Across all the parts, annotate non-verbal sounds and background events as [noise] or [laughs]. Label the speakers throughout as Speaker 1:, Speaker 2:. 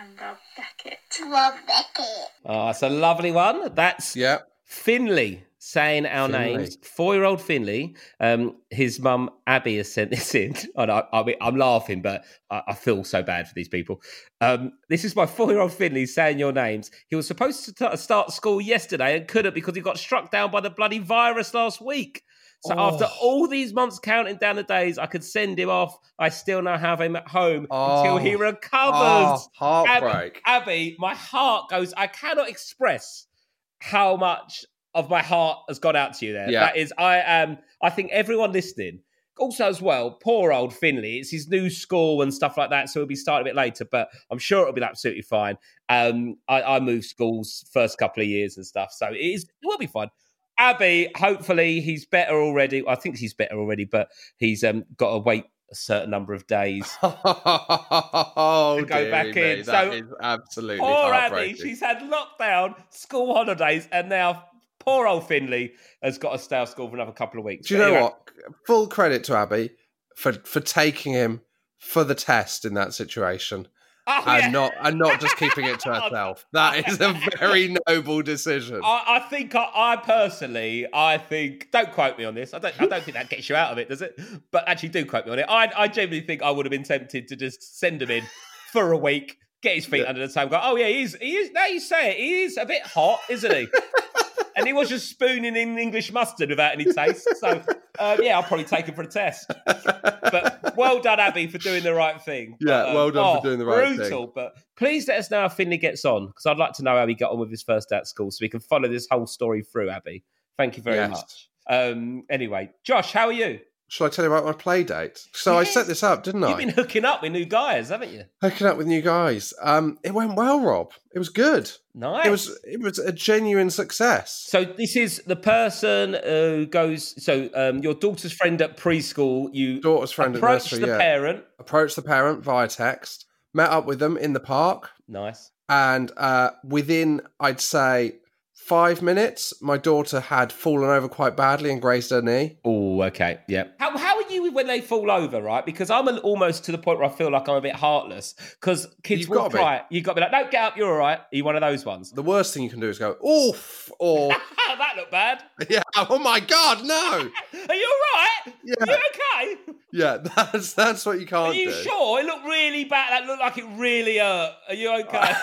Speaker 1: and Rob Beckett.
Speaker 2: Rob Beckett.
Speaker 3: Oh, that's a lovely one. That's
Speaker 4: Yeah.
Speaker 3: Finley saying our
Speaker 4: Finley.
Speaker 3: names. Four-year-old Finley. Um, his mum Abby has sent this in, [laughs] and I, I mean, I'm laughing, but I, I feel so bad for these people. Um, this is my four-year-old Finley saying your names. He was supposed to t- start school yesterday and couldn't because he got struck down by the bloody virus last week. So after
Speaker 4: Oh.
Speaker 3: all these months counting down the days, I could send him off. I still now have him at home
Speaker 4: Oh.
Speaker 3: until he recovers.
Speaker 4: Oh, heartbreak.
Speaker 3: Abby, my heart goes. I cannot express how much of my heart has gone out to you there.
Speaker 4: Yeah.
Speaker 3: That is, I am. I think everyone listening, also as well, poor old Finley. It's his new school and stuff like that, so he'll be starting a bit later. But I'm sure it'll be absolutely fine. Um, I, I moved schools first couple of years and stuff, so it is. It will be fine. Abby, hopefully he's better already. I think he's better already, but he's um, got to wait a certain number of days
Speaker 4: oh,
Speaker 3: To go
Speaker 4: dearie
Speaker 3: back
Speaker 4: me,
Speaker 3: in.
Speaker 4: That
Speaker 3: So-
Speaker 4: is absolutely
Speaker 3: Poor Abby,
Speaker 4: heartbreaking.
Speaker 3: she's had lockdown, school holidays, and now poor old Finley has got to stay out of school for another couple of weeks.
Speaker 4: Do you
Speaker 3: But
Speaker 4: know
Speaker 3: anyway,
Speaker 4: what? Full credit to Abby for for taking him for the test in that
Speaker 3: [laughs]
Speaker 4: situation
Speaker 3: Oh,
Speaker 4: and
Speaker 3: yeah. Oh,
Speaker 4: not and not just keeping
Speaker 3: [laughs]
Speaker 4: it to herself. That is a very noble decision.
Speaker 3: I, I think I, I personally, I think. Don't quote me on this. I don't. I don't think that gets you out of it, does it? But actually, do quote me on it. I, I genuinely think I would have been tempted to just send him in for a week, get his feet
Speaker 4: Yeah.
Speaker 3: under the table. Go, oh yeah, he's he is. Now you say it, he is a bit hot, isn't he? and he was just spooning in English mustard without any taste. So um, yeah, I'll probably take him for a test. but well done, Abby, for doing the right thing.
Speaker 4: Yeah,
Speaker 3: But, um, oh,
Speaker 4: well done for doing the right
Speaker 3: Brutal, but please let us know how Finley gets on because I'd like to know how he got on with his first day at school so we can follow this whole story through, Abby. Thank you very
Speaker 4: Yes.
Speaker 3: much. Um, anyway, Josh, how are you?
Speaker 4: Shall I tell you about my play date? So I set this up, didn't
Speaker 3: You've
Speaker 4: I?
Speaker 3: been hooking up with new guys, haven't you?
Speaker 4: Hooking up with new guys. Um, it went well, Rob. It was good.
Speaker 3: Nice.
Speaker 4: It was it was a genuine success.
Speaker 3: so this is the person who goes. So um, your daughter's friend at preschool. You
Speaker 4: Daughter's friend at
Speaker 3: approach
Speaker 4: nursery.
Speaker 3: the
Speaker 4: yeah.
Speaker 3: parent.
Speaker 4: approached the parent via text, met up with them in the park,
Speaker 3: Nice.
Speaker 4: and uh, within, I'd say, five minutes, my daughter had fallen over quite badly and grazed her knee.
Speaker 3: Oh, okay. Yeah. How, how are you when they fall over, right? Because I'm al- almost to the point where I feel like I'm a bit heartless because kids
Speaker 4: You've
Speaker 3: will
Speaker 4: gotta be.
Speaker 3: cry. You've got to be like, no, get up. You're all right. Are you one of those ones?
Speaker 4: [laughs]
Speaker 3: "Oh,
Speaker 4: The worst thing you can do is go, oof, or,
Speaker 3: [laughs] that looked bad.
Speaker 4: yeah, oh my God, no.
Speaker 3: Are you all right?
Speaker 4: Yeah.
Speaker 3: You okay?
Speaker 4: Yeah, [laughs] that's, that's what you can't
Speaker 3: Are you
Speaker 4: do.
Speaker 3: sure? It looked really bad. That looked like it really hurt. Are
Speaker 4: Ah,
Speaker 3: you okay?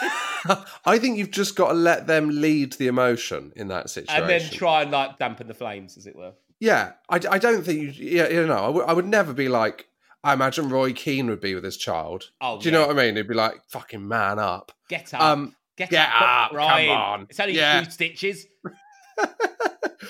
Speaker 3: [laughs]
Speaker 4: [laughs] I think you've just got to let them lead the emotion in that situation.
Speaker 3: and then try and like dampen the flames, as it were.
Speaker 4: Yeah, I, I don't think you. Yeah, you know, I would- I would never be like. I imagine Roy Keane would be with his child.
Speaker 3: Oh,
Speaker 4: Do you know
Speaker 3: yeah.
Speaker 4: what I mean? He'd be like, "Fucking man up."
Speaker 3: Get up.
Speaker 4: Um,
Speaker 3: get,
Speaker 4: get
Speaker 3: up.
Speaker 4: up,
Speaker 3: Stop
Speaker 4: come
Speaker 3: crying.
Speaker 4: on.
Speaker 3: It's only
Speaker 4: Yeah. [laughs]
Speaker 3: two stitches.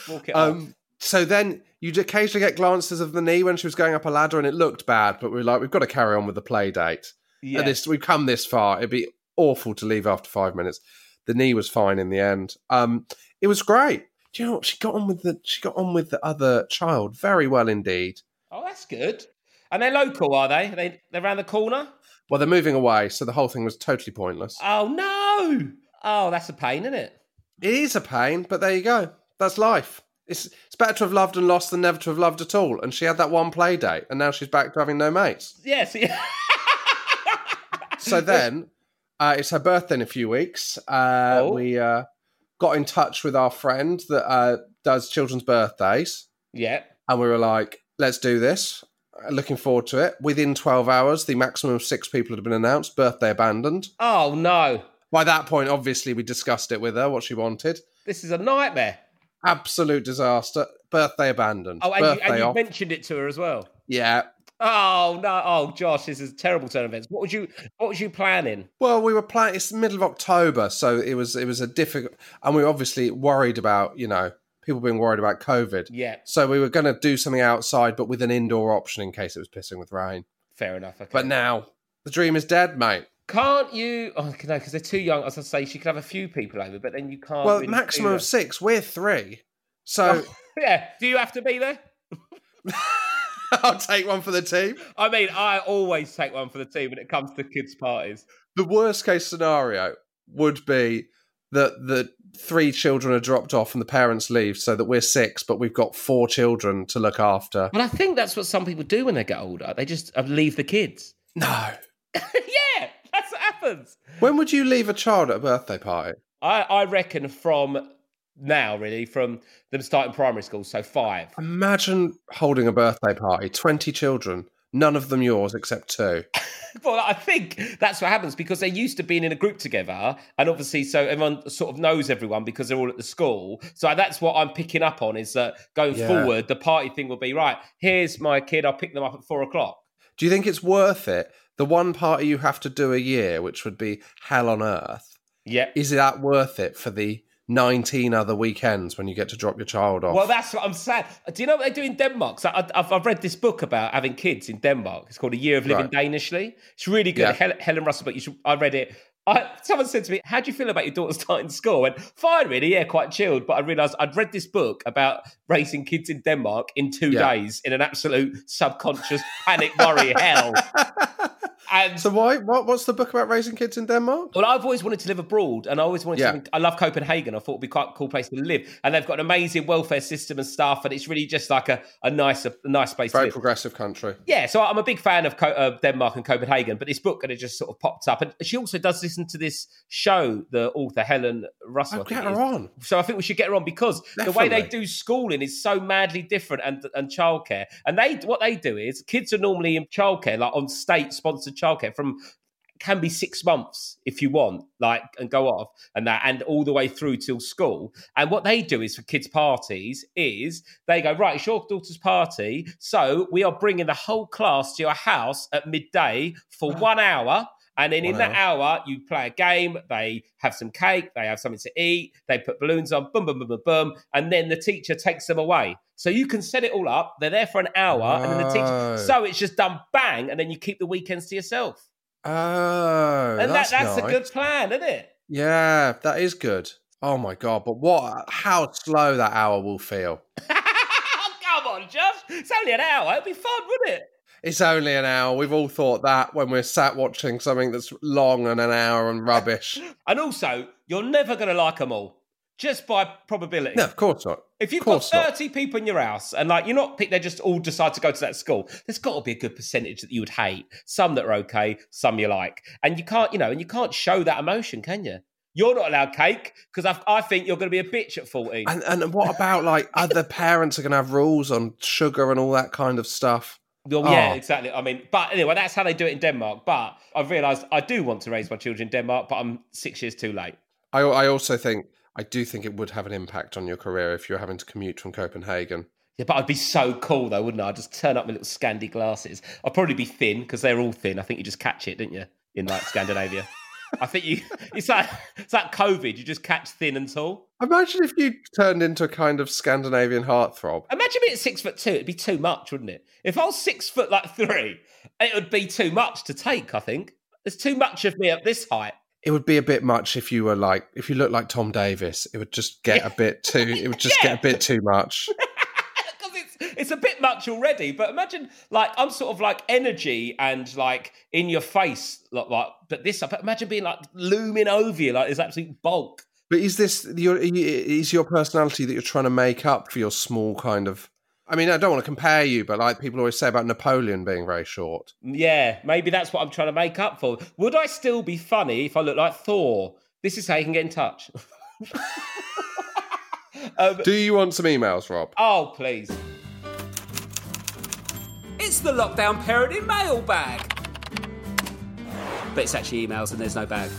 Speaker 3: Walk it off.
Speaker 4: um, so then you'd occasionally get glances of the knee when she was going up a ladder, and it looked bad. But we were like, "We've got to carry on with the play date."
Speaker 3: Yeah.
Speaker 4: And this, we've come this far. It'd be awful to leave after five minutes. The knee was fine in the end. Um, it was great. Do you know what? She got on with the she got on with the other child very well indeed.
Speaker 3: Oh, that's good. And they're local, are they? Are they they're around the corner.
Speaker 4: Well, they're moving away, so the whole thing was totally pointless.
Speaker 3: Oh no! Oh, that's a pain, isn't it?
Speaker 4: It is a pain, but there you go. That's life. It's it's better to have loved and lost than never to have loved at all. And she had that one play date, and now she's back to having no mates.
Speaker 3: Yeah. So, yeah. [laughs]
Speaker 4: So then, uh, it's her birthday in a few weeks. Uh,
Speaker 3: Oh.
Speaker 4: We uh, got in touch with our friend that uh, does children's birthdays,
Speaker 3: [laughs] yeah.
Speaker 4: and we were like, "Let's do this." Uh, Looking forward to it. Within twelve hours, the maximum of six people had been announced. Birthday abandoned.
Speaker 3: Oh no!
Speaker 4: By that point, obviously, we discussed it with her what she wanted.
Speaker 3: This is a nightmare.
Speaker 4: absolute disaster. Birthday abandoned.
Speaker 3: Oh, and, you,
Speaker 4: Birthday
Speaker 3: and you
Speaker 4: off.
Speaker 3: mentioned it to her as well.
Speaker 4: Yeah.
Speaker 3: Oh no! Oh, Josh, this is a terrible turn of events. What would you What was you planning?
Speaker 4: Well, we were planning. It's the middle of October, so it was it was a difficult, and we were obviously worried about you know people being worried about COVID.
Speaker 3: Yeah,
Speaker 4: So we were going to do something outside, but with an indoor option in case it was pissing with rain.
Speaker 3: fair enough. Okay.
Speaker 4: But now the dream is dead, mate.
Speaker 3: can't you? Oh no, because they're too young. As I say, she could have a few people over, but then you can't.
Speaker 4: well,
Speaker 3: really do
Speaker 4: maximum of
Speaker 3: that.
Speaker 4: six. We're three, so
Speaker 3: [laughs] yeah. Do you have to be there?
Speaker 4: Oh. [laughs] I'll take one for the team.
Speaker 3: I mean, I always take one for the team when it comes to kids' parties.
Speaker 4: the worst case scenario would be that the three children are dropped off and the parents leave so that we're six but we've got four children to look after
Speaker 3: But I think that's what some people do when they get older. They just uh, leave the kids. [laughs]
Speaker 4: no
Speaker 3: yeah, that's what happens.
Speaker 4: when would you leave a child at a birthday party
Speaker 3: I, I reckon from now, really, from them starting primary school, so five.
Speaker 4: imagine holding a birthday party 20 children none of them yours except two
Speaker 3: Well, I think that's what happens because they're used to being in a group together, and obviously, so everyone sort of knows everyone because they're all at the school. So that's what I'm picking up on is that going
Speaker 4: Yeah.
Speaker 3: forward, the party thing will be right. Here's my kid. I'll pick them up at four o'clock.
Speaker 4: do you think it's worth it the one party you have to do a year which would be hell on earth
Speaker 3: Yep.
Speaker 4: is that worth it for the 19 other weekends when you get to drop your child off
Speaker 3: Well, that's what I'm saying. Do you know what they do in Denmark? So I, I've, I've read this book about having kids in Denmark. It's called A Year of Living Danishly. It's really good.
Speaker 4: Yeah.
Speaker 3: Hel- Helen Russell, but you should, I read it. I, someone said to me, "How do you feel about your daughter [laughs] starting school?" I went, "Fine, really. Yeah, quite chilled." But I realised I'd read this book about raising kids in Denmark in two
Speaker 4: Yeah.
Speaker 3: days in an absolute subconscious panic, worry,
Speaker 4: [laughs]
Speaker 3: hell. And
Speaker 4: So why? What, what's the book about raising kids in Denmark?
Speaker 3: Well, I've always wanted to live abroad, and I always wanted.
Speaker 4: Yeah.
Speaker 3: To, I love Copenhagen. I thought it'd be quite a cool place to live, and they've got an amazing welfare system and stuff, and it's really just like a, a nice a nice place to
Speaker 4: Very
Speaker 3: live.
Speaker 4: progressive country.
Speaker 3: yeah, so I'm a big fan of Co- uh, Denmark and Copenhagen, but this book kind of just sort of popped up, and she also does listen to this show. The author Helen Russell.
Speaker 4: Oh,
Speaker 3: I think
Speaker 4: get
Speaker 3: it is.
Speaker 4: her on.
Speaker 3: So I think we should get her on because the way they
Speaker 4: Definitely.
Speaker 3: do schooling is so madly different and and childcare. And they what they do is kids are normally in childcare, like on state sponsored childcare from can be six months if you want, like and go off and that and all the way through till school. And what they do is for kids' parties is they go, right, it's your daughter's party. So we are bringing the whole class to your house at midday for one hour. And then in
Speaker 4: One
Speaker 3: that hour, you play a game, they have some cake, they have something to eat, they put balloons on, boom, boom, boom, boom, boom. And then the teacher takes them away. So you can set it all up. They're there for an hour. And then the teacher.
Speaker 4: Wow.
Speaker 3: So it's just done bang. And then you keep the weekends to yourself.
Speaker 4: Oh,
Speaker 3: and
Speaker 4: that's,
Speaker 3: that, that's
Speaker 4: nice.
Speaker 3: a good plan, isn't it? [laughs]
Speaker 4: Yeah, that is good. Oh my god! But what? How slow that hour will feel.
Speaker 3: Come on, Josh. It's only an hour. It'd be fun, wouldn't it?
Speaker 4: It's only an hour. We've all thought that when we're sat watching something that's long and an hour and
Speaker 3: [laughs]
Speaker 4: rubbish.
Speaker 3: And also, you're never going to like them all, just by probability.
Speaker 4: no, of course not.
Speaker 3: if you've got
Speaker 4: course not.
Speaker 3: 30 people in your house and like you're not picked, they just all decide to go to that school, there's got to be a good percentage that you would hate. Some that are okay, some you like. And you can't, you know, and you can't show that emotion, can you? You're not allowed cake because I, I think you're going to be a bitch at [laughs] 14.
Speaker 4: And and what about like other parents are going to have rules on sugar and all that kind of stuff?
Speaker 3: Well, yeah,
Speaker 4: Oh.
Speaker 3: exactly. I mean, but anyway, that's how they do it in Denmark. But I've realised I do want to raise my children in Denmark, but I'm six years too late.
Speaker 4: I I also think I do think it would have an impact on your career if you're having to commute from Copenhagen.
Speaker 3: Yeah, but I'd be so cool though, wouldn't I? I'd just turn up my little Scandi glasses. I'd probably be thin because they're all thin. I think you just catch it, don't you? In like Scandinavia. I think you [laughs] it's like it's like COVID, you just catch thin and tall.
Speaker 4: Imagine if you turned into a kind of Scandinavian heartthrob.
Speaker 3: Imagine being six foot two, it'd be too much, wouldn't it? If I was six foot like three, it would be too much to take, I think. There's too much of me at this height.
Speaker 4: It would be a bit much if you were like if you looked like Tom Davis. It would just get a bit too. It would just
Speaker 3: Yeah.
Speaker 4: get a bit too much.
Speaker 3: because it's it's a bit much already. But imagine like I'm sort of like energy and like in your face, like, like but this. But imagine being like looming over you, like this absolute bulk.
Speaker 4: But is this your is your personality that you're trying to make up for your small kind of? I mean, I don't want to compare you, but like people always say about Napoleon being very short.
Speaker 3: Yeah, maybe that's what I'm trying to make up for. Would I still be funny if I look like Thor? This is how you can get in touch. [laughs] um,
Speaker 4: Do you want some emails, Rob?
Speaker 3: oh please.
Speaker 5: It's the lockdown parenting mailbag. But it's actually emails and there's no bag.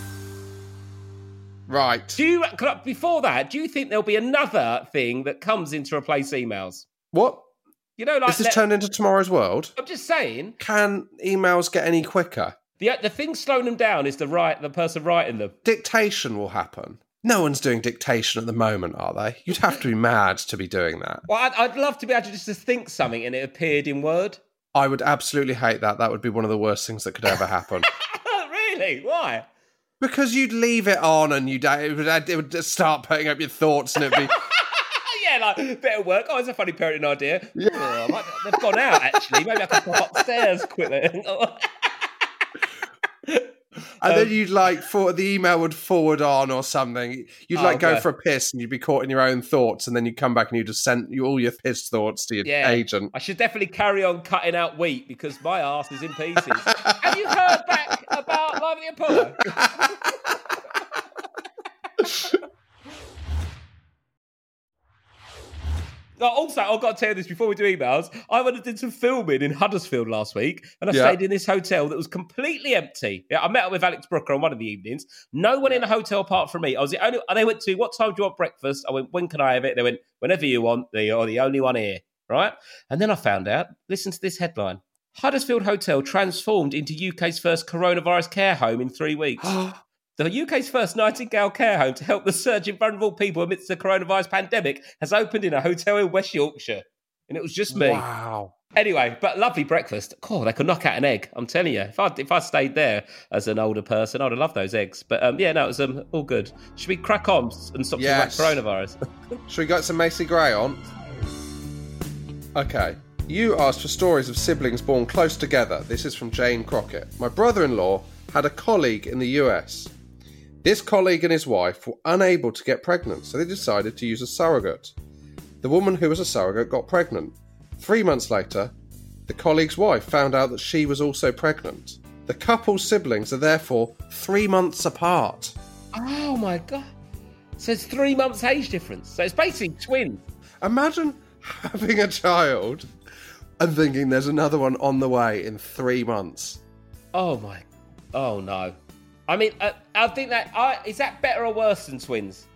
Speaker 4: Right.
Speaker 3: Do you could I- before that? Do you think there'll be another thing that comes in to replace emails?
Speaker 4: What?
Speaker 3: You know, like
Speaker 4: Is this
Speaker 3: let-
Speaker 4: turned into tomorrow's world?
Speaker 3: I'm just saying
Speaker 4: Can emails get any quicker?
Speaker 3: the the thing slowing them down is the right the person writing them.
Speaker 4: Dictation will happen. No one's doing dictation at the moment, are they? You'd have to be mad to be doing that.
Speaker 3: Well, I'd, I'd love to be able to just to think something and it appeared in Word. [laughs]
Speaker 4: I would absolutely hate that. That would be one of the worst things that could ever
Speaker 3: [laughs]
Speaker 4: happen.
Speaker 3: Oh, really? Why?
Speaker 4: because you'd leave it on and you'd it would, it would just start putting up your thoughts and it'd be
Speaker 3: Oh, yeah, like better work. Oh, it's a funny parenting idea. Oh, I might- they've gone out actually. Maybe I can pop upstairs quickly. [laughs]
Speaker 4: and then
Speaker 3: Um,
Speaker 4: you'd like for the email would forward on or something. You'd
Speaker 3: Oh,
Speaker 4: like go
Speaker 3: okay.
Speaker 4: for a piss and you'd be caught in your own thoughts and then you'd come back and you just send you all your piss thoughts to your
Speaker 3: Yeah.
Speaker 4: agent.
Speaker 3: I should definitely carry on cutting out wheat because my ass is in pieces. Have you heard back about Live at the Apollo? No, also, I've got to tell you this before we do emails. I went and did some filming in Huddersfield last week, and I
Speaker 4: Yeah.
Speaker 3: stayed in this hotel that was completely empty. Yeah, I met up with Alex Brooker on one of the evenings. No one in the hotel apart from me. I was the only. And they went to, "What time do you want breakfast?" I went, "When can I have it?" They went, "Whenever you want." They are the only one here, right? And then I found out. Listen to this headline: Huddersfield Hotel transformed into UK's first coronavirus care home in
Speaker 4: [gasps]
Speaker 3: three weeks. The UK's first Nightingale care home to help the surge in vulnerable people amidst the coronavirus pandemic has opened in a hotel in West Yorkshire. And it was just me.
Speaker 4: Wow.
Speaker 3: Anyway, but lovely breakfast. God, I could knock out an egg. I'm telling you, if I if I stayed there as an older person, I'd have loved those eggs. But um, yeah, no, it was um, all good. Should we crack on and stop
Speaker 4: Yes.
Speaker 3: talking about
Speaker 4: [laughs]
Speaker 3: coronavirus?
Speaker 4: Should we get some Macy Gray on? Okay. You asked for stories of siblings born close together. This is from Jane Crockett. My brother in law had a colleague in the US. This colleague and his wife were unable to get pregnant, so they decided to use a surrogate. The woman who was a surrogate got pregnant. Three months later, the colleague's wife found out that she was also pregnant. The couple's siblings are therefore three months apart.
Speaker 3: oh my god! So it's three months age difference. So it's basically twins.
Speaker 4: Imagine having a child and thinking there's another one on the way in three months.
Speaker 3: Oh my! Oh no! I mean, I, I think that I, is that better or worse than twins?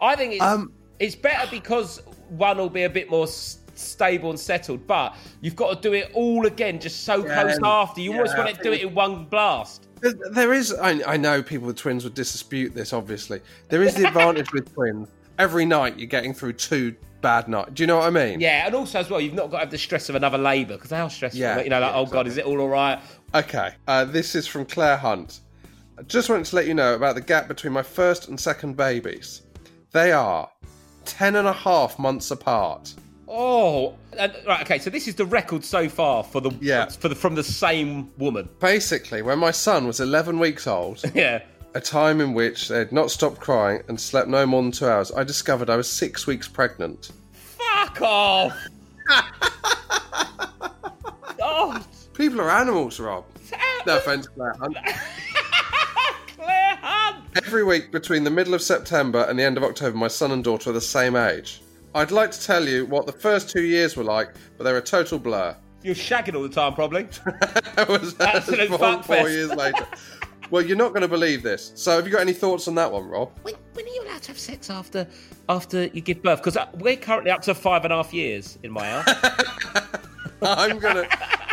Speaker 3: I think it's
Speaker 4: Um,
Speaker 3: it's better because one will be a bit more s- stable and settled, but you've got to do it all again, just so close after. You always want to do it in one blast.
Speaker 4: There- There is, I, I know people with twins would dispute this, obviously. There is the advantage with twins. Every night you're getting through two bad nights. Do you know what I mean?
Speaker 3: Yeah, and also as well, you've not got to have the stress of another labour because how stressful,
Speaker 4: Yeah,
Speaker 3: you know, like
Speaker 4: yeah,
Speaker 3: oh god, is it all all right?
Speaker 4: Okay, uh, this is from Claire Hunt. I just wanted to let you know about the gap between my first and second babies. They are ten and a half months apart.
Speaker 3: Oh, and, right. Okay, so this is the record so far for the
Speaker 4: Yeah.
Speaker 3: for the from the same woman.
Speaker 4: Basically, when my son was 11 weeks old,
Speaker 3: Yeah.
Speaker 4: a time in which they had not stopped crying and slept no more than two hours, I discovered I was six weeks pregnant.
Speaker 3: Fuck off. oh,
Speaker 4: People are animals, Rob. No offence, Claire Hunt.
Speaker 3: Claire Hunt.
Speaker 4: Every week between the middle of September and the end of October, my son and daughter are the same age. I'd like to tell you what the first two years were like, but they're a total blur. [laughs]
Speaker 3: You're shagging all the time, probably.
Speaker 4: That was that was
Speaker 3: Absolute
Speaker 4: four, four
Speaker 3: fuckfest.
Speaker 4: years later. well, you're not going to believe this. So, have you got any thoughts on that one, Rob?
Speaker 3: When, when are you allowed to have sex after after you give birth? Because we're currently up to five and a half years in my house.
Speaker 4: I'm gonna.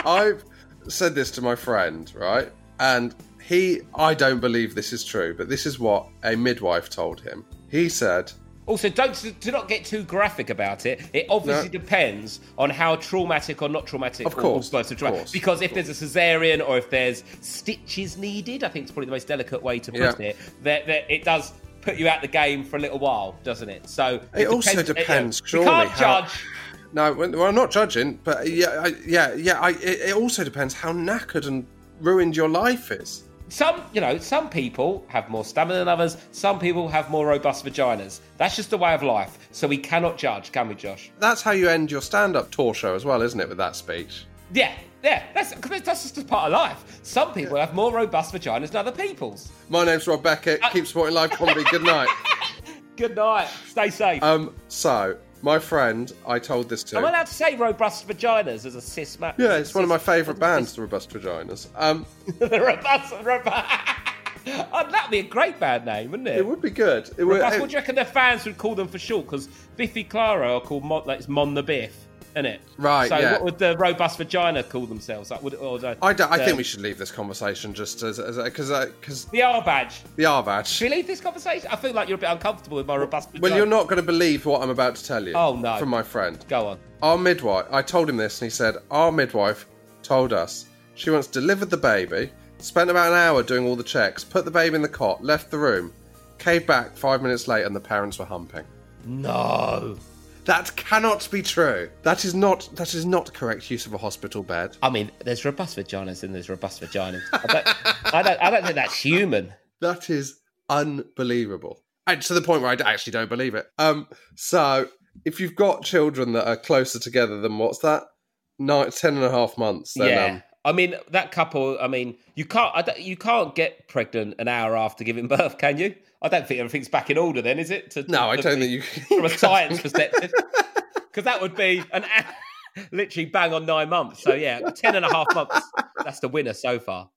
Speaker 4: I've said this to my friend, right? And he, I don't believe this is true, but this is what a midwife told him. He said,
Speaker 3: also, don't to not get too graphic about it. It obviously
Speaker 4: No.
Speaker 3: depends on how traumatic or not traumatic.
Speaker 4: Of
Speaker 3: or-
Speaker 4: course,
Speaker 3: or births are
Speaker 4: of
Speaker 3: tra-
Speaker 4: course,
Speaker 3: because
Speaker 4: of
Speaker 3: if there's a cesarean or if there's stitches needed, I think it's probably the most delicate way to put
Speaker 4: Yeah.
Speaker 3: it. That, that it does put you out the game for a little while, doesn't it? So
Speaker 4: It also depends,
Speaker 3: You, know, you
Speaker 4: surely,
Speaker 3: can't
Speaker 4: how-
Speaker 3: judge.
Speaker 4: "No, well, I'm not judging, but yeah, I, yeah, yeah. I, it, it also depends how knackered and ruined your life is."
Speaker 3: some you know some people have more stamina than others some people have more robust vaginas that's just the way of life so we cannot judge can we josh
Speaker 4: That's how you end your stand-up tour show as well, isn't it? With that speech.
Speaker 3: yeah yeah that's 'cause that's just a part of life some people have more robust vaginas than other people's
Speaker 4: My name's Rob Beckett. Keep supporting live comedy. Good night.
Speaker 3: good night stay safe
Speaker 4: Um, so my friend, I told this to.
Speaker 3: am i allowed to say robust vaginas as a cis man
Speaker 4: yeah, it's one of my favourite bands, the Robust Vaginas. Um,
Speaker 3: [laughs] the robust, robust. [laughs] Oh, that'd be a great band name wouldn't it,
Speaker 4: it would be good. It would,
Speaker 3: That's what do you reckon their fans would call them for short because biffy clyro are called mon, like, it's mon the biff isn't it?
Speaker 4: Right,
Speaker 3: So,
Speaker 4: yeah.
Speaker 3: what would the robust vagina call themselves? Like, would or the,
Speaker 4: I, don't- I
Speaker 3: the-
Speaker 4: think we should leave this conversation just as uh, because because
Speaker 3: the R badge.
Speaker 4: the Arvach.
Speaker 3: Should we leave this conversation? I feel like you're a bit uncomfortable with my robust. Vagina.
Speaker 4: Well, you're not going to believe what I'm about to tell you.
Speaker 3: Oh, no.
Speaker 4: From my friend,
Speaker 3: Go on.
Speaker 4: our midwife. I told him this, and he said our midwife told us she once delivered the baby, spent about an hour doing all the checks, put the baby in the cot, left the room, came back five minutes late, and the parents were humping.
Speaker 3: No.
Speaker 4: That cannot be true. That is not. That is not correct use of a hospital bed.
Speaker 3: I mean, there's robust vaginas and there's robust vaginas. I don't, I don't, I don't think that's human.
Speaker 4: That is unbelievable. And to the point where I d- actually don't believe it. Um, so if you've got children that are closer together than what's that? Nine, ten and a half months. Then,
Speaker 3: yeah.
Speaker 4: um,
Speaker 3: I mean, that couple. I mean, you can't. I don't, you can't get pregnant an hour after giving birth, can you? I don't think everything's back in order. Then is it? To,
Speaker 4: no, I
Speaker 3: to-
Speaker 4: don't
Speaker 3: to-
Speaker 4: think you. [laughs]
Speaker 3: From a science perspective, because that would be an [laughs] hour- literally bang on nine months. So yeah, ten and a half months. That's the winner so far.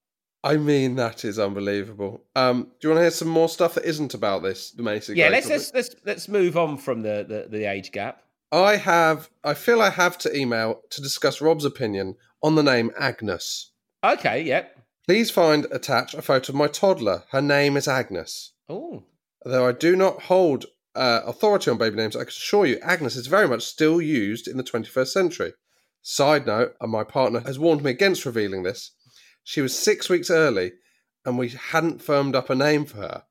Speaker 4: I mean, that is unbelievable. Um, do you want to hear some more stuff that isn't about this, Macy?
Speaker 3: Yeah,
Speaker 4: Gray
Speaker 3: let's
Speaker 4: topic?
Speaker 3: let's let's, let's move on from the, the the age gap.
Speaker 4: I have. I feel I have to email to discuss Rob's opinion on the name Agnes.
Speaker 3: Okay. Yep.
Speaker 4: Please find attach a photo of my toddler. Her name is Agnes.
Speaker 3: Oh.
Speaker 4: Though I do not hold uh, authority on baby names, I can assure you Agnes is very much still used in the 21st century. Side note, and my partner has warned me against revealing this. She was six weeks early, and we hadn't firmed up a name for her.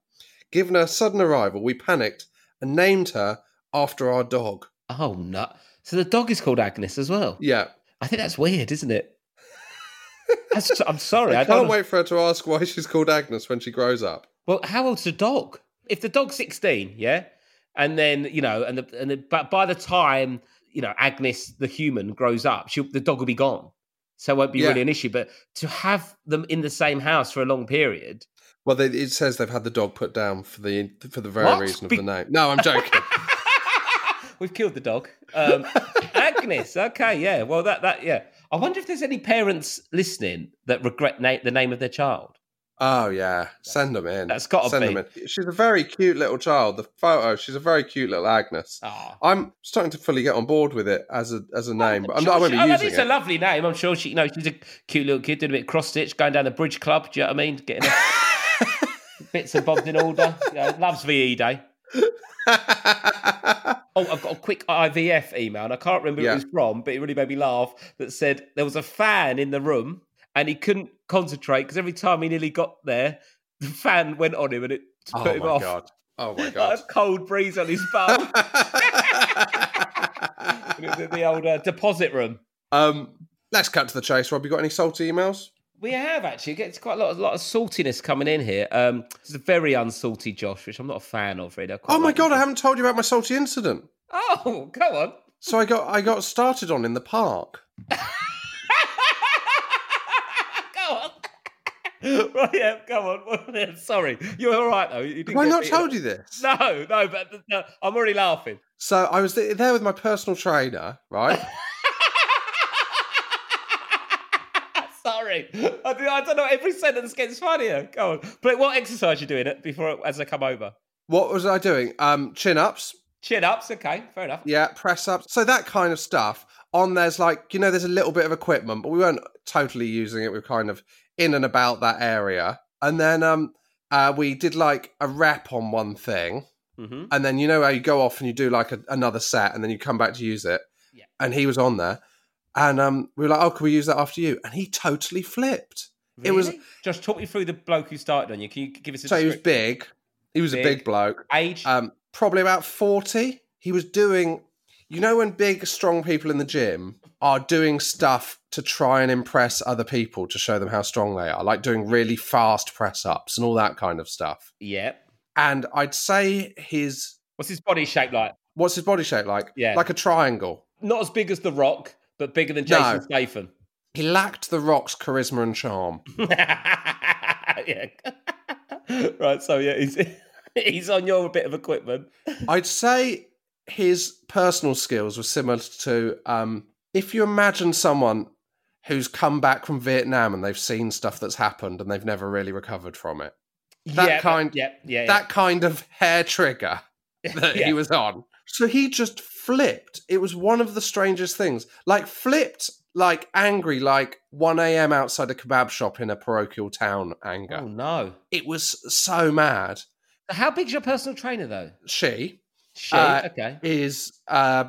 Speaker 4: Given her sudden arrival, we panicked and named her after our dog.
Speaker 3: Oh no. So the dog is called Agnes as well.
Speaker 4: Yeah,
Speaker 3: I think that's weird,
Speaker 4: [laughs]
Speaker 3: isn't it? That's, I'm sorry. I,
Speaker 4: I
Speaker 3: don't.
Speaker 4: can't wait for her to ask why she's called Agnes when she grows up.
Speaker 3: Well, how old's the dog? If the dog's 16, yeah, and then you know, and the, and the, but by the time you know Agnes the human grows up, she the dog will be gone, so it won't be
Speaker 4: Yeah.
Speaker 3: really an issue. But to have them in the same house for a long period, [laughs]
Speaker 4: Well, they, it says they've had the dog put down for the for the very
Speaker 3: What?
Speaker 4: reason of
Speaker 3: Be-
Speaker 4: the name. No, I'm
Speaker 3: [laughs]
Speaker 4: joking.
Speaker 3: we've killed the dog.
Speaker 4: [laughs]
Speaker 3: Um, Agnes, okay, yeah. Well, that that yeah. I wonder if there's any parents listening that regret na- the name of their child.
Speaker 4: Oh yeah, send them in.
Speaker 3: That's gotta
Speaker 4: send
Speaker 3: be.
Speaker 4: them in. She's a very cute little child. The photo, she's a very cute little Agnes.
Speaker 3: Ah.
Speaker 4: I'm starting to fully get on board with it as a as a name, but I'm not, I won't be
Speaker 3: Sure, she- oh, no,
Speaker 4: using
Speaker 3: It's a
Speaker 4: it.
Speaker 3: lovely name. I'm sure she, you know, she's a cute little kid doing a bit of cross stitch, going down the bridge club. Do you know what I mean?
Speaker 4: [laughs]
Speaker 3: Getting her bits and bobs in order. You know, loves VE day.
Speaker 4: [laughs]
Speaker 3: Oh, I've got a quick IVF email, and I can't remember who
Speaker 4: Yeah.
Speaker 3: it was from, but it really made me laugh. That said, there was a fan in the room, and he couldn't concentrate because every time he nearly got there, the fan went on him, and it
Speaker 4: oh
Speaker 3: put
Speaker 4: my
Speaker 3: him off.
Speaker 4: god! Oh
Speaker 3: [laughs]
Speaker 4: my
Speaker 3: Like
Speaker 4: god!
Speaker 3: a cold breeze on his bum. [laughs] the, the old uh, deposit room.
Speaker 4: [laughs] um, let's cut to the chase. Rob, you got any salty emails?
Speaker 3: We have actually. It gets quite a lot, a lot of saltiness coming in here. Um, it's a very unsalty Josh, which I'm not a fan of. Really. I quite
Speaker 4: Oh my
Speaker 3: like
Speaker 4: god!
Speaker 3: it.
Speaker 4: I haven't told you about my salty incident.
Speaker 3: Oh, go on.
Speaker 4: So I got I got started on in the park.
Speaker 3: go on. [laughs] right, yeah, go on. [laughs] Sorry, you're all right though. You didn't
Speaker 4: Have I
Speaker 3: get
Speaker 4: not
Speaker 3: beat
Speaker 4: told
Speaker 3: up.
Speaker 4: you this?
Speaker 3: [laughs] No, no, but no, I'm already laughing. [laughs]
Speaker 4: So I was th- there with my personal trainer, right?
Speaker 3: Sorry, I, do, I don't know. Every sentence gets funnier. Go on. But what exercise you doing it before as I come over?
Speaker 4: what was I doing? Um, chin ups,
Speaker 3: Chin ups, okay, fair enough.
Speaker 4: yeah, press ups, so that kind of stuff. On there's like you know there's a little bit of equipment, but we weren't totally using it. We were kind of in and about that area, and then um, uh, we did like a rep on one thing,
Speaker 3: Mm-hmm.
Speaker 4: and then you know how you go off and you do like a, another set, and then you come back to use it.
Speaker 3: Yeah.
Speaker 4: And he was on there, and um, we were like, oh, can we use that after you? And he totally flipped. It was-
Speaker 3: Really? Josh. Talk me through the bloke who started on you. Can you give us a
Speaker 4: So he was
Speaker 3: description?
Speaker 4: big. He was a
Speaker 3: Big.
Speaker 4: big bloke.
Speaker 3: age?
Speaker 4: um, probably about 40. He was doing, you know, when big, strong people in the gym are doing stuff to try and impress other people to show them how strong they are, like doing really fast press ups and all that kind of stuff.
Speaker 3: yeah.
Speaker 4: And I'd say his,
Speaker 3: What's his body shape like?
Speaker 4: what's his body shape like?
Speaker 3: Yeah.
Speaker 4: Like a triangle.
Speaker 3: Not as big as The Rock, but bigger than Jason
Speaker 4: No.
Speaker 3: Statham.
Speaker 4: He lacked the rock's charisma and charm.
Speaker 3: [laughs] yeah. [laughs] right. So yeah, he's [laughs] he's on your bit of equipment.
Speaker 4: I'd say his personal skills were similar to um, if you imagine someone who's come back from Vietnam and they've seen stuff that's happened and they've never really recovered from it. That
Speaker 3: yeah,
Speaker 4: kind-
Speaker 3: Yeah. Yeah. [laughs]
Speaker 4: That kind of hair trigger
Speaker 3: yeah.
Speaker 4: that he was on. So he just flipped. It was one of the strangest things. Like flipped, like angry, like 1 a.m. outside a kebab shop in a parochial town anger.
Speaker 3: Oh no!
Speaker 4: It was so mad.
Speaker 3: How big's your personal trainer though?
Speaker 4: She
Speaker 3: She
Speaker 4: Uh,
Speaker 3: okay.
Speaker 4: is uh,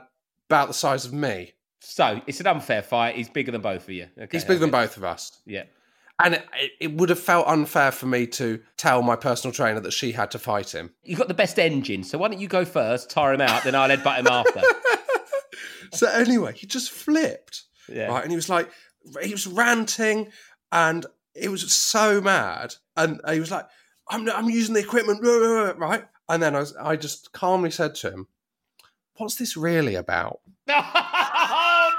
Speaker 4: about the size of me.
Speaker 3: So it's an unfair fight. He's bigger than both of you. Okay,
Speaker 4: He's bigger than
Speaker 3: okay.
Speaker 4: both of us.
Speaker 3: Yeah.
Speaker 4: And it, it would have felt unfair for me to tell my personal trainer that she had to fight him.
Speaker 3: You've got the best engine, so why don't you go first, tire him out, then I'll headbutt
Speaker 4: [laughs]
Speaker 3: him after.
Speaker 4: So anyway, he just flipped.
Speaker 3: Yeah.
Speaker 4: right? And he was like, he was ranting, and he was so mad, and he was like, "I'm I'm using the equipment, rah, rah, rah," right?" And then I was, I just calmly said to him, "What's this really about?"
Speaker 3: [laughs]
Speaker 4: [laughs]
Speaker 3: oh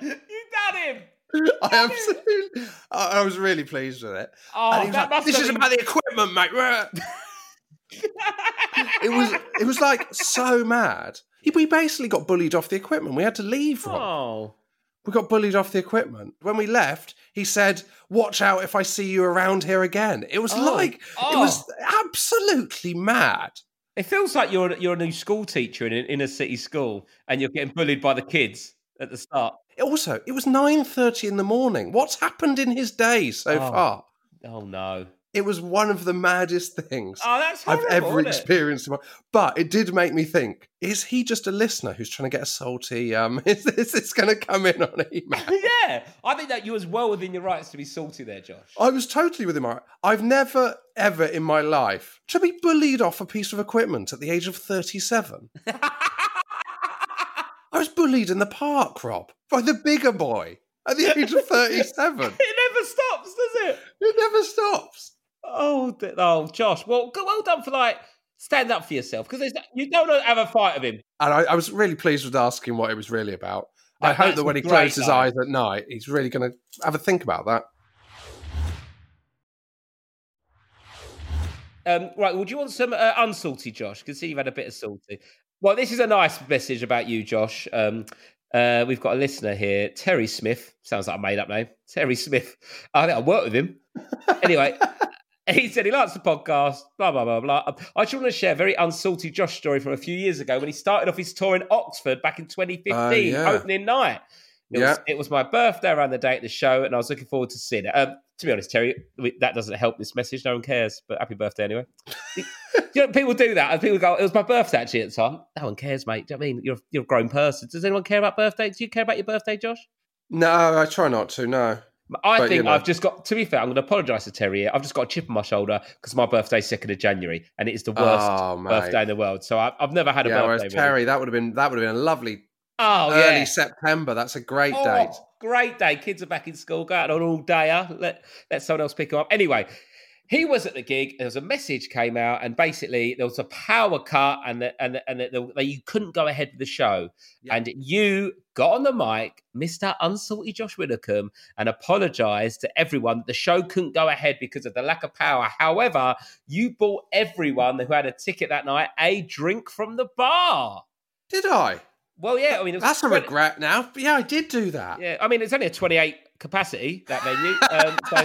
Speaker 3: no! You done him!
Speaker 4: I absolutely, I I was really pleased with it. and
Speaker 3: Oh,
Speaker 4: he was
Speaker 3: that
Speaker 4: like,
Speaker 3: must
Speaker 4: "This
Speaker 3: have
Speaker 4: is
Speaker 3: been-
Speaker 4: about the equipment, mate." rah." it was it was like so mad. He- We basically got bullied off the equipment. We had to leave. Rob.
Speaker 3: [laughs] Oh.
Speaker 4: We got bullied off the equipment. When we left, he said, Watch out if I see you around here again. It was
Speaker 3: Oh.
Speaker 4: like, it
Speaker 3: Oh.
Speaker 4: was absolutely mad.
Speaker 3: It feels like you're you're a new school teacher in an inner city school, and you're getting bullied by the kids at the start.
Speaker 4: Also, it was 9.30 in the morning. What's happened in his day so
Speaker 3: Oh.
Speaker 4: far?
Speaker 3: Oh no!
Speaker 4: It was one of the maddest things
Speaker 3: Oh, that's
Speaker 4: I've
Speaker 3: horrible,
Speaker 4: ever
Speaker 3: isn't it?
Speaker 4: experienced. In my... But it did make me think, is he just a listener who's trying to get a salty, um, [laughs] is this, going to come in on email?
Speaker 3: [laughs] yeah, I think that you was well within your rights to be salty there, Josh.
Speaker 4: I was totally with him. I- I've never, ever in my life to be bullied off a piece of equipment at the age of 37. I was bullied in the park, Rob, by the bigger boy at the age of 37.
Speaker 3: [laughs] it never stops, does it?
Speaker 4: It never stops.
Speaker 3: Oh, d- oh, Josh. Well, good, well done for like stand up for yourself because you don't have a fight of him.
Speaker 4: And I, I was really pleased with asking what it was really about. I
Speaker 3: That-
Speaker 4: hope
Speaker 3: that's
Speaker 4: that when he
Speaker 3: a great
Speaker 4: closes his
Speaker 3: guy.
Speaker 4: eyes at night, he's really going to have a think about that.
Speaker 3: Um, right. Would you want some uh, unsalty, Josh? Because see, you've had a bit of salty. Well, this is a nice message about you, Josh. Um, uh, we've got a listener here, Terry Smith. Sounds like a made-up name, Terry Smith. I think I worked with him. Anyway, [laughs] he said he likes the podcast. Blah blah blah blah. I just want to share a very unsalty Josh story from a few years ago when he started off his tour in Oxford back in 2015,
Speaker 4: yeah.
Speaker 3: opening night. It,
Speaker 4: Yeah.
Speaker 3: was, it was my birthday around the day at the show, and I was looking forward to seeing it. Um, to be honest, Terry, we- that doesn't help this message. No one cares, but happy birthday anyway. you know, people do that. And people go, it was my birthday actually at the time. No one cares, mate. Do you know what I mean? You're, you're a grown person. Does anyone care about birthday? Do you care about your birthday, Josh?
Speaker 4: No, I try not to, no.
Speaker 3: I
Speaker 4: But, you
Speaker 3: think
Speaker 4: know.
Speaker 3: I've just got, to be fair, I'm going to apologise to Terry here. I've just got a chip on my shoulder because my birthday's 2nd of January and it is the worst
Speaker 4: oh, mate.
Speaker 3: birthday in the world. So I, I've never had a
Speaker 4: yeah, whereas
Speaker 3: birthday. really.
Speaker 4: Terry, that would have been that would have been a lovely
Speaker 3: oh,
Speaker 4: early
Speaker 3: yeah.
Speaker 4: September. That's a great
Speaker 3: Oh,
Speaker 4: date.
Speaker 3: Great day. Kids are back in school. Go out on all day. uh, Let, let someone else pick them up. Anyway, he was at the gig. There was a message came out, and basically there was a power cut, and the, and the, and the, the, you couldn't go ahead with the show.
Speaker 4: Yeah.
Speaker 3: And you got on the mic, Mister Unsalty Josh Widdicombe, and apologised to everyone that the show couldn't go ahead because of the lack of power. However, you bought everyone who had a ticket that night a drink from the bar.
Speaker 4: Did I?
Speaker 3: Well, yeah, I mean it was
Speaker 4: That's a
Speaker 3: quite-
Speaker 4: regret now. But yeah, I did do that.
Speaker 3: yeah, I mean it's only a 28 capacity that venue. Um,
Speaker 4: [laughs]
Speaker 3: so, so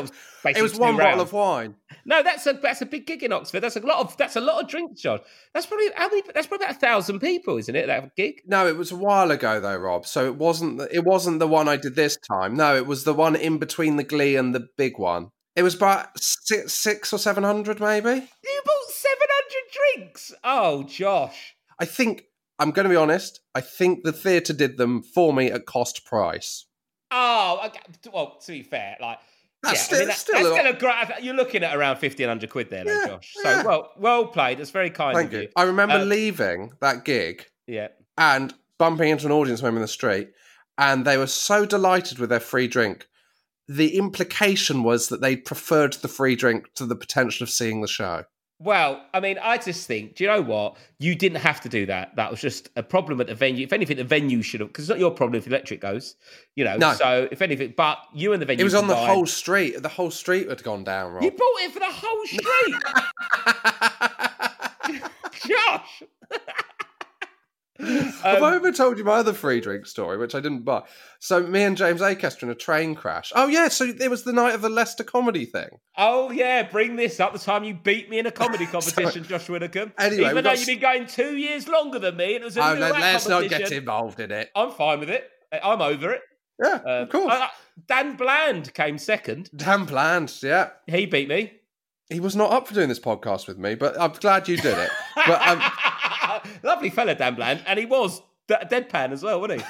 Speaker 3: it was, basically
Speaker 4: it was
Speaker 3: two
Speaker 4: one bottle
Speaker 3: rounds.
Speaker 4: of wine.
Speaker 3: No, that's a that's a big gig in Oxford. That's a lot of that's a lot of drinks, John. That's probably how many? That's probably about a thousand people, isn't it? That gig.
Speaker 4: No, it was a while ago though, Rob. So it wasn't the, it wasn't the one I did this time. No, it was the one in between the Glee and the big one. It was about six, six or seven hundred, maybe.
Speaker 3: You bought 700 drinks. Oh, Josh.
Speaker 4: I think I'm going to be honest. I think the theatre did them for me at cost price.
Speaker 3: Oh, okay. well, to be fair, like.
Speaker 4: That's
Speaker 3: yeah,
Speaker 4: still,
Speaker 3: I mean, that-
Speaker 4: still
Speaker 3: that's
Speaker 4: a lot.
Speaker 3: still a great. You're looking at around fifteen hundred quid there, though,
Speaker 4: Yeah,
Speaker 3: Josh. So
Speaker 4: yeah.
Speaker 3: well, well played. That's very kind
Speaker 4: Thank
Speaker 3: of you.
Speaker 4: you. I remember
Speaker 3: Uh,
Speaker 4: leaving that gig
Speaker 3: Yeah.
Speaker 4: and bumping into an audience member in the street, and they were so delighted with their free drink. The implication was that they preferred the free drink to the potential of seeing the show.
Speaker 3: Well, I mean, I just think, do you know what? You didn't have to do that. That was just a problem at the venue. If anything, the venue should have, because it's not your problem if electric goes, you know.
Speaker 4: No.
Speaker 3: So if anything, but you and the venue.
Speaker 4: It was on the
Speaker 3: combined-
Speaker 4: whole street. The whole street had gone down, Rob.
Speaker 3: You bought it for the whole
Speaker 4: [laughs]
Speaker 3: street, Josh.
Speaker 4: Have
Speaker 3: Um,
Speaker 4: I ever told you my other free drink story, which I didn't buy? So me and James Acaster in a train crash. Oh yeah, so it was the night of the Leicester comedy thing.
Speaker 3: Oh yeah, bring this up. The time you beat me in
Speaker 4: [laughs]
Speaker 3: a comedy competition, Josh Widdicombe.
Speaker 4: Anyway,
Speaker 3: even
Speaker 4: we've
Speaker 3: though
Speaker 4: got
Speaker 3: you've been going two years longer than me, and it was a
Speaker 4: Oh,
Speaker 3: new
Speaker 4: no,
Speaker 3: act
Speaker 4: let's not get
Speaker 3: competition.
Speaker 4: involved in it.
Speaker 3: I'm fine with it. I- I'm over it.
Speaker 4: Yeah,
Speaker 3: Uh,
Speaker 4: of course.
Speaker 3: I- I- Dan Bland came second.
Speaker 4: Damn plans. Yeah,
Speaker 3: He beat me.
Speaker 4: he was not up for doing this podcast with me, but I'm glad you did it. but
Speaker 3: [laughs]
Speaker 4: um,
Speaker 3: Lovely fella, Dan Bland, and he was d- deadpan as well, wasn't he?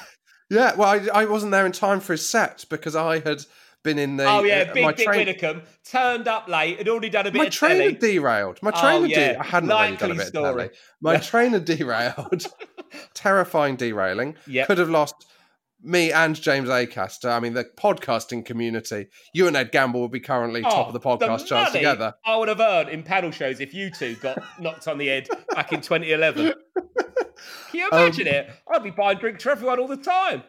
Speaker 4: yeah, well, I, I wasn't there in time for his set because I had been in the
Speaker 3: oh yeah,
Speaker 4: uh, my
Speaker 3: big Dick
Speaker 4: train.
Speaker 3: Widdicombe turned up late. Had already done a bit
Speaker 4: My
Speaker 3: of
Speaker 4: trainer
Speaker 3: telly.
Speaker 4: derailed. My
Speaker 3: Oh,
Speaker 4: trainer
Speaker 3: yeah.
Speaker 4: de- I hadn't really done a
Speaker 3: Likely
Speaker 4: bit of
Speaker 3: story.
Speaker 4: telly. My trainer derailed. [laughs] Terrifying derailing.
Speaker 3: Yep.
Speaker 4: Could have lost me and James Acaster. I mean, the podcasting community. You and Ed Gamble would be currently top of the podcast charts
Speaker 3: Oh, money
Speaker 4: together.
Speaker 3: I would have earned in panel shows if you two
Speaker 4: [laughs]
Speaker 3: got knocked on the head back in 2011. Can you imagine
Speaker 4: Um,
Speaker 3: it? I'd be buying drinks for everyone all the time.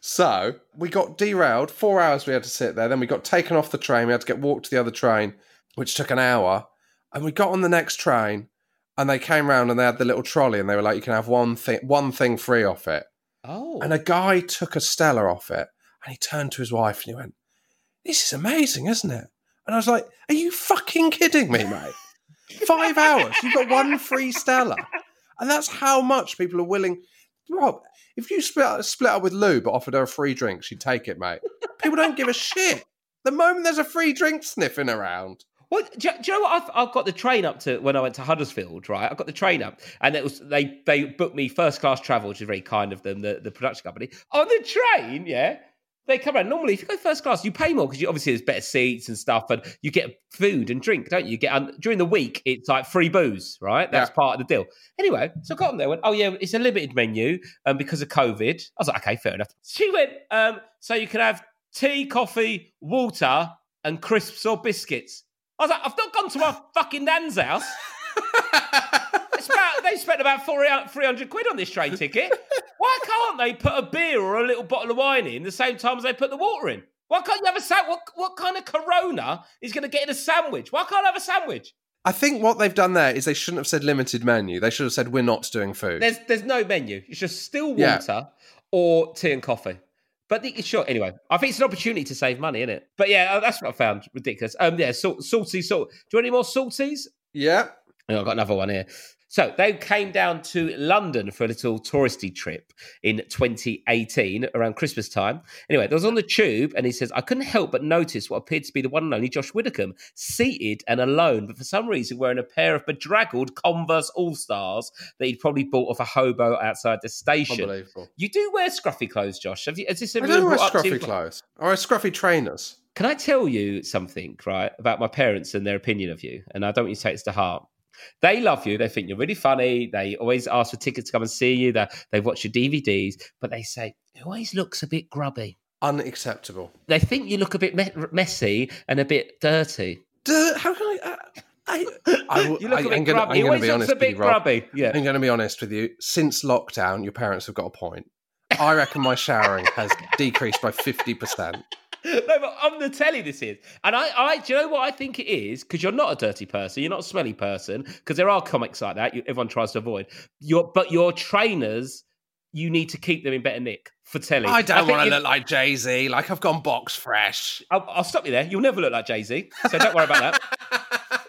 Speaker 4: So we got derailed. Four hours we had to sit there. Then we got taken off the train. We had to get walked to the other train, which took an hour. And we got on the next train, and they came round and they had the little trolley, and they were like, "You can have one thing, one thing free off it."
Speaker 3: Oh,
Speaker 4: And a guy took a Stella off it, and he turned to his wife and he went, "This is amazing, isn't it?" And I was like, "Are you fucking kidding me, mate? Five hours, you've got one free Stella, and that's how much people are willing." Rob, if you split split up with Lou but offered her a free drink, she'd take it, mate. People don't give a shit. The moment there's a free drink sniffing around,
Speaker 3: What do, you- do you know? What I've, I've got the train up to when I went to Huddersfield, right? I got the train up, and it was they they booked me first class travel, which is very kind of them, the, the production company. On the train, yeah, they come around. Normally, if you go first class, you pay more because you obviously there's better seats and stuff, and you get food and drink, don't you? you get um, during the week, it's like free booze, right? That's
Speaker 4: Yeah.
Speaker 3: part of the deal. Anyway, so I got on there, went, oh yeah, it's a limited menu, and because of COVID, I was like, okay, fair enough. She went, um, so you can have tea, coffee, water, and crisps or biscuits. I was like, I've not gone to my fucking nan's house. It's about, they spent about 400 300 quid on this train ticket. Why can't they put a beer or a little bottle of wine in the same time as they put the water in? Why can't you have a sandwich? What, what kind of corona is going to get in a sandwich? Why can't I have a sandwich?
Speaker 4: I think what they've done there is they shouldn't have said limited menu. They should have said we're not doing food.
Speaker 3: There's there's no menu. It's just still water
Speaker 4: Yeah.
Speaker 3: or tea and coffee. But the, sure, anyway, I think it's an opportunity to save money, isn't it? But yeah, uh, that's what I found ridiculous. Um, yeah, salt, salty salt. Do you want any more salties?
Speaker 4: yeah.
Speaker 3: Oh, I've got another one here. So they came down to London for a little touristy trip in 2018 around Christmas time. Anyway, they was on the tube and he says, I couldn't help but notice what appeared to be the one and only Josh Widdicombe, seated and alone, but for some reason wearing a pair of bedraggled Converse All-Stars that he'd probably bought off a hobo outside the station.
Speaker 4: Unbelievable.
Speaker 3: You do wear scruffy clothes, Josh. Have you, has this
Speaker 4: I
Speaker 3: ever been
Speaker 4: don't wear
Speaker 3: brought up to you?
Speaker 4: scruffy clothes. I wear scruffy trainers.
Speaker 3: Can I tell you something, right, about my parents and their opinion of you? And I don't want you to take this to heart. They love you. They think you're really funny. They always ask for tickets to come and see you. They, they watch your DVDs, but they say, it always looks a bit grubby.
Speaker 4: Unacceptable.
Speaker 3: They think you look a bit me- messy and a bit dirty.
Speaker 4: Duh, how can I? Uh, I, I, will-
Speaker 3: You look
Speaker 4: I,
Speaker 3: a
Speaker 4: I'm
Speaker 3: bit
Speaker 4: gonna,
Speaker 3: grubby.
Speaker 4: I'm
Speaker 3: You
Speaker 4: gonna
Speaker 3: always
Speaker 4: be
Speaker 3: looks
Speaker 4: honest
Speaker 3: a
Speaker 4: with
Speaker 3: bit
Speaker 4: you, Rob.
Speaker 3: grubby. Yeah.
Speaker 4: I'm gonna be honest with you. Since lockdown, your parents have got a point. I reckon my showering has decreased by fifty
Speaker 3: [laughs]
Speaker 4: percent.
Speaker 3: no, but on the telly this is. And I, I do you know what I think it is? Because you're not a dirty person, you're not a smelly person, because there are comics like that you, everyone tries to avoid. Your but your trainers, you need to keep them in better nick for telly.
Speaker 4: I don't
Speaker 3: think
Speaker 4: want to
Speaker 3: you-
Speaker 4: look like Jay Z. Like I've gone box fresh.
Speaker 3: I'll, I'll stop you there. You'll never look like Jay Z, so don't worry about that.
Speaker 4: [laughs]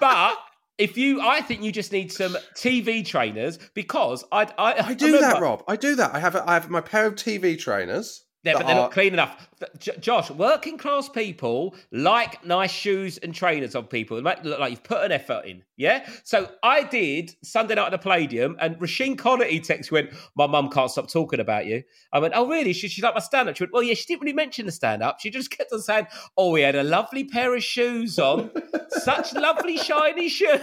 Speaker 3: But if you, I think you just need some TV trainers because I'd, I
Speaker 4: I do that,
Speaker 3: remember-
Speaker 4: Rob. I do that. I have a, I have my pair of TV trainers.
Speaker 3: Yeah,
Speaker 4: that
Speaker 3: but they're
Speaker 4: are-
Speaker 3: not clean enough. J- Josh, working class people like nice shoes and trainers on people. It might look like you've put an effort in. Yeah. So I did Sunday night at the Palladium, and Rasheen Connerty text went, "My mum can't stop talking about you." I went, "Oh really? She, she's like my stand up." She went, "Well, yeah, she didn't really mention the stand up. She just kept on saying, oh, we had a lovely pair of
Speaker 4: [laughs]
Speaker 3: shoes on, such lovely shiny shoes.'"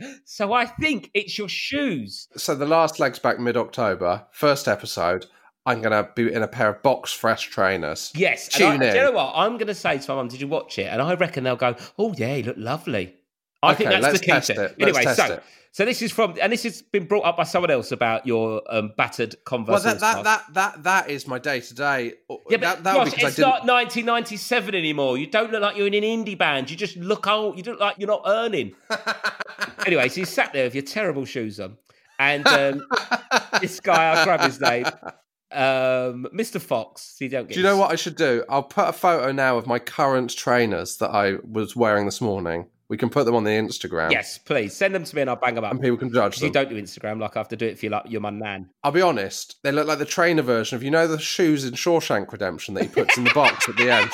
Speaker 3: [laughs] So I think it's your shoes.
Speaker 4: So the last legs back mid October, first episode. I'm gonna be in a pair of box fresh trainers.
Speaker 3: Yes. and
Speaker 4: Tune
Speaker 3: I,
Speaker 4: in.
Speaker 3: Do you know what? I'm going to say to my mum, did you watch it? And I reckon they'll go, oh, yeah, you look lovely. I think
Speaker 4: Okay,
Speaker 3: that's
Speaker 4: let's
Speaker 3: the key
Speaker 4: test
Speaker 3: to
Speaker 4: it. Let's
Speaker 3: Anyway,
Speaker 4: test
Speaker 3: so,
Speaker 4: it.
Speaker 3: so this is from, and this has been brought up by someone else about your um, battered
Speaker 4: Well,
Speaker 3: Converse.
Speaker 4: that,
Speaker 3: All-Stars.
Speaker 4: that that that that is my day to day.
Speaker 3: yeah,
Speaker 4: That
Speaker 3: but
Speaker 4: that would
Speaker 3: gosh,
Speaker 4: be because I
Speaker 3: it's
Speaker 4: didn't.
Speaker 3: not 1997 anymore. You don't look like you're in an indie band.
Speaker 4: [laughs]
Speaker 3: You just look old. You look like you're not earning. anyway, so you sat there with your terrible shoes on. And
Speaker 4: [laughs]
Speaker 3: um, this guy, I'll grab his name, um, Mr. Fox. So you don't get
Speaker 4: Do you know
Speaker 3: his-
Speaker 4: what I should do? I'll put a photo now of my current trainers that I was wearing this morning. We can put them on the Instagram.
Speaker 3: Yes, please send them to me and I'll bang them up.
Speaker 4: And people can judge
Speaker 3: 'Cause
Speaker 4: them.
Speaker 3: you don't do Instagram, like I have to do it for you. Like you're my nan.
Speaker 4: I'll be honest, they look like the trainer version of you know the shoes in Shawshank Redemption that he puts in the box at the
Speaker 3: [laughs]
Speaker 4: end.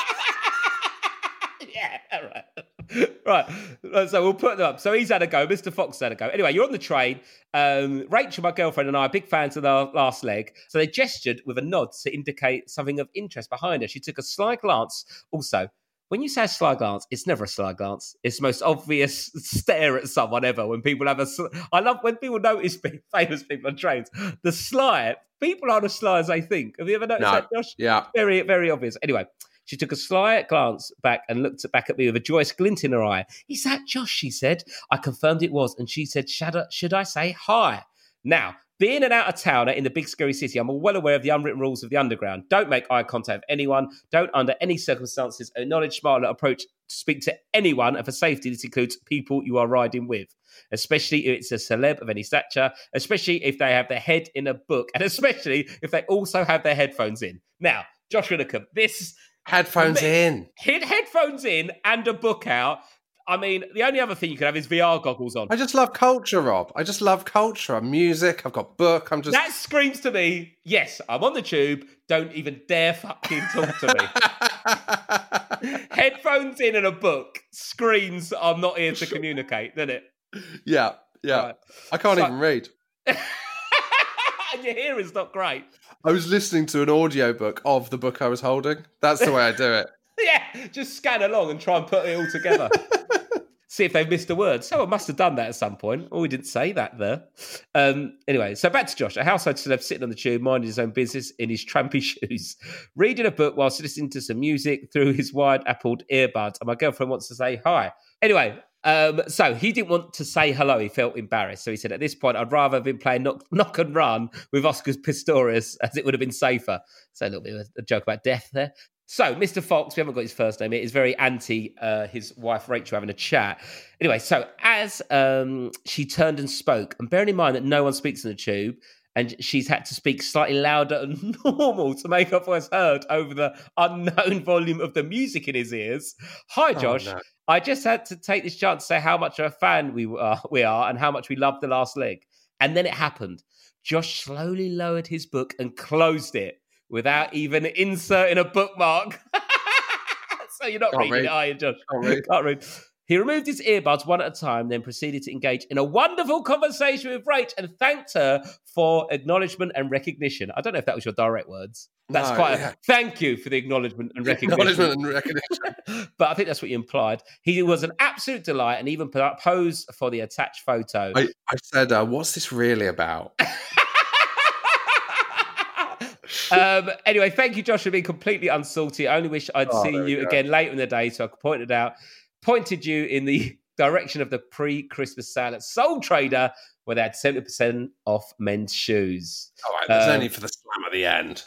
Speaker 3: yeah, all [laughs] right. right. Right, So we'll put them up. So he's had a go. Mr. Fox had a go. Anyway, you're on the train. Um, Rachel, my girlfriend, and I are big fans of the last leg. So they gestured with a nod to indicate something of interest behind her. She took a sly glance. Also, when you say a sly glance, it's never a sly glance. It's the most obvious [laughs] stare at someone ever. When people have a, sl- I love when people notice [laughs] pe- famous people on trains. The sly people aren't as sly as they think. Have you ever noticed
Speaker 4: No.
Speaker 3: that, Josh?
Speaker 4: Yeah.
Speaker 3: very, very obvious. Anyway, she took a sly glance back and looked back at me with a joyous glint in her eye. Is that Josh? She said. I confirmed it was, and she said, should I, should I say hi? Now, being an out of towner in the big scary city, I'm well aware of the unwritten rules of the underground. Don't make eye contact with anyone. Don't, under any circumstances, acknowledge, smile, or approach, speak to anyone. And for safety, this includes people you are riding with, especially if it's a celeb of any stature, especially if they have their head in a book, and especially if they also have their headphones in. Now, Josh Whitaker, this
Speaker 4: Headphones
Speaker 3: Mate.
Speaker 4: in.
Speaker 3: hit headphones in and a book out. I mean, the only other thing you could have is VR goggles on.
Speaker 4: I just love culture, Rob. I just love culture. I'm music. I've got book. I'm just.
Speaker 3: That screams to me, yes, I'm on the tube. Don't even dare fucking talk to me.
Speaker 4: [laughs]
Speaker 3: Headphones in and a book screams, I'm not here to communicate, doesn't it?
Speaker 4: [laughs]
Speaker 3: [laughs]
Speaker 4: yeah, yeah.
Speaker 3: Right.
Speaker 4: I can't
Speaker 3: So-
Speaker 4: even read.
Speaker 3: and your hearing's not great.
Speaker 4: I was listening to an audiobook of the book I was holding. That's the way I do it.
Speaker 3: Yeah, just scan along and try and put it all together. See if they've missed a word. Someone must have done that at some point. Oh, we didn't say that there. Um, anyway, so back to Josh, a household celeb sitting on the tube, minding his own business in his trampy [laughs] shoes, reading a book whilst listening to some music through his wide appled earbuds. And my girlfriend wants to say hi. Anyway, um, so he didn't want to say hello. He felt embarrassed. So he said, At this point, I'd rather have been playing knock, [laughs] knock and run with Oscar's Pistorius as it would have been safer. So a little bit of a joke about death there. So, Mr. Fox, we haven't got his first name. It is very anti uh, his wife Rachel having a chat. Anyway, so as um, she turned and spoke, and bearing in mind that no one speaks in the tube, and she's had to speak slightly louder than [laughs] normal to make her voice heard over the unknown volume of the music in his ears. Hi,
Speaker 4: Oh,
Speaker 3: [laughs] Josh.
Speaker 4: no.
Speaker 3: I just had to take this chance to say how much of a fan we are, we are and how much we love the last leg. And then it happened. Josh slowly lowered his book and closed it without even inserting a bookmark. [laughs] so you're not
Speaker 4: Can't read.
Speaker 3: reading it, are you, Josh?
Speaker 4: Can't read.
Speaker 3: Can't read. He removed his earbuds one at a time, then proceeded to engage in a wonderful conversation with Rach and thanked her for acknowledgement and recognition. I don't know if that was your direct words. That's
Speaker 4: No,
Speaker 3: quite
Speaker 4: yeah.
Speaker 3: a thank you for the acknowledgement and recognition
Speaker 4: [laughs] Acknowledgement and recognition.
Speaker 3: but I think that's what you implied. He was an absolute delight and even po- posed for the attached photo.
Speaker 4: I, I said, uh, "What's this really about?"
Speaker 3: [laughs] um, anyway, thank you, Josh, for being completely unsalty. I only wish I'd
Speaker 4: Oh, there
Speaker 3: seen
Speaker 4: we
Speaker 3: you
Speaker 4: go.
Speaker 3: again later in the day, so I could point it out, pointed you in the [laughs] direction of the pre-Christmas sale at Soul Trader, where they had seventy percent off men's shoes. [laughs]
Speaker 4: All right, there's
Speaker 3: Um,
Speaker 4: no need for the slam at the end.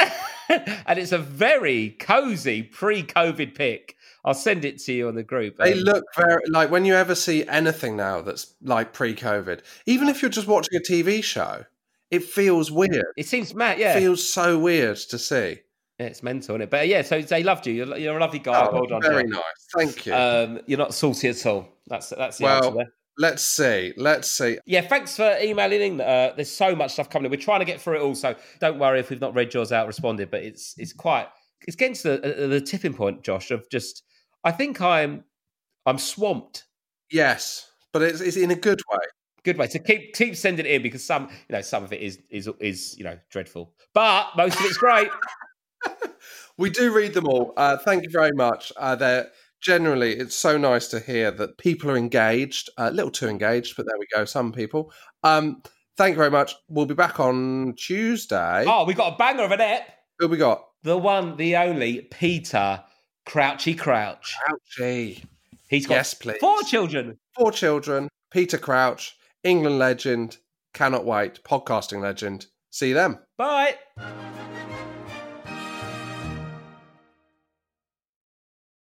Speaker 3: and it's a very cozy pre-COVID pick. I'll send it to you on the group.
Speaker 4: They
Speaker 3: Um,
Speaker 4: look very like when you ever see anything now that's like pre-COVID. Even if you're just watching a TV show, it feels weird.
Speaker 3: it seems mad, yeah.
Speaker 4: feels so weird to see.
Speaker 3: Yeah, it's mental, isn't it? But yeah, so they loved you. You're, you're a lovely guy.
Speaker 4: Oh,
Speaker 3: well done.
Speaker 4: very
Speaker 3: John.
Speaker 4: nice. Thank you.
Speaker 3: Um, you're not salty at all. That's that's the
Speaker 4: Well-
Speaker 3: answer there.
Speaker 4: Let's see. Let's see.
Speaker 3: Yeah, thanks for emailing in. Uh, there's so much stuff coming. in. We're trying to get through it all, so don't worry if we've not read yours out, responded. But it's it's quite it's getting to the uh, the tipping point, Josh. Of just, I think I'm I'm swamped.
Speaker 4: Yes, but it's, it's in a good way.
Speaker 3: Good way to keep keep sending it in because some you know some of it is is is you know dreadful, but most of
Speaker 4: [laughs]
Speaker 3: it's great.
Speaker 4: We do read them all. Uh, thank you very much. Uh, they're generally it's so nice to hear that people are engaged. A little too engaged, but there we go. Some people. Um, thank you very much. We'll be back on Tuesday.
Speaker 3: oh, we got a banger of an ep.
Speaker 4: Who we got?
Speaker 3: The one, the only Peter Crouchy Crouch.
Speaker 4: Ouchie.
Speaker 3: He's got
Speaker 4: Yes, please.
Speaker 3: four children.
Speaker 4: Four children. Peter Crouch, England legend, cannot wait, podcasting legend. See them.
Speaker 3: Bye.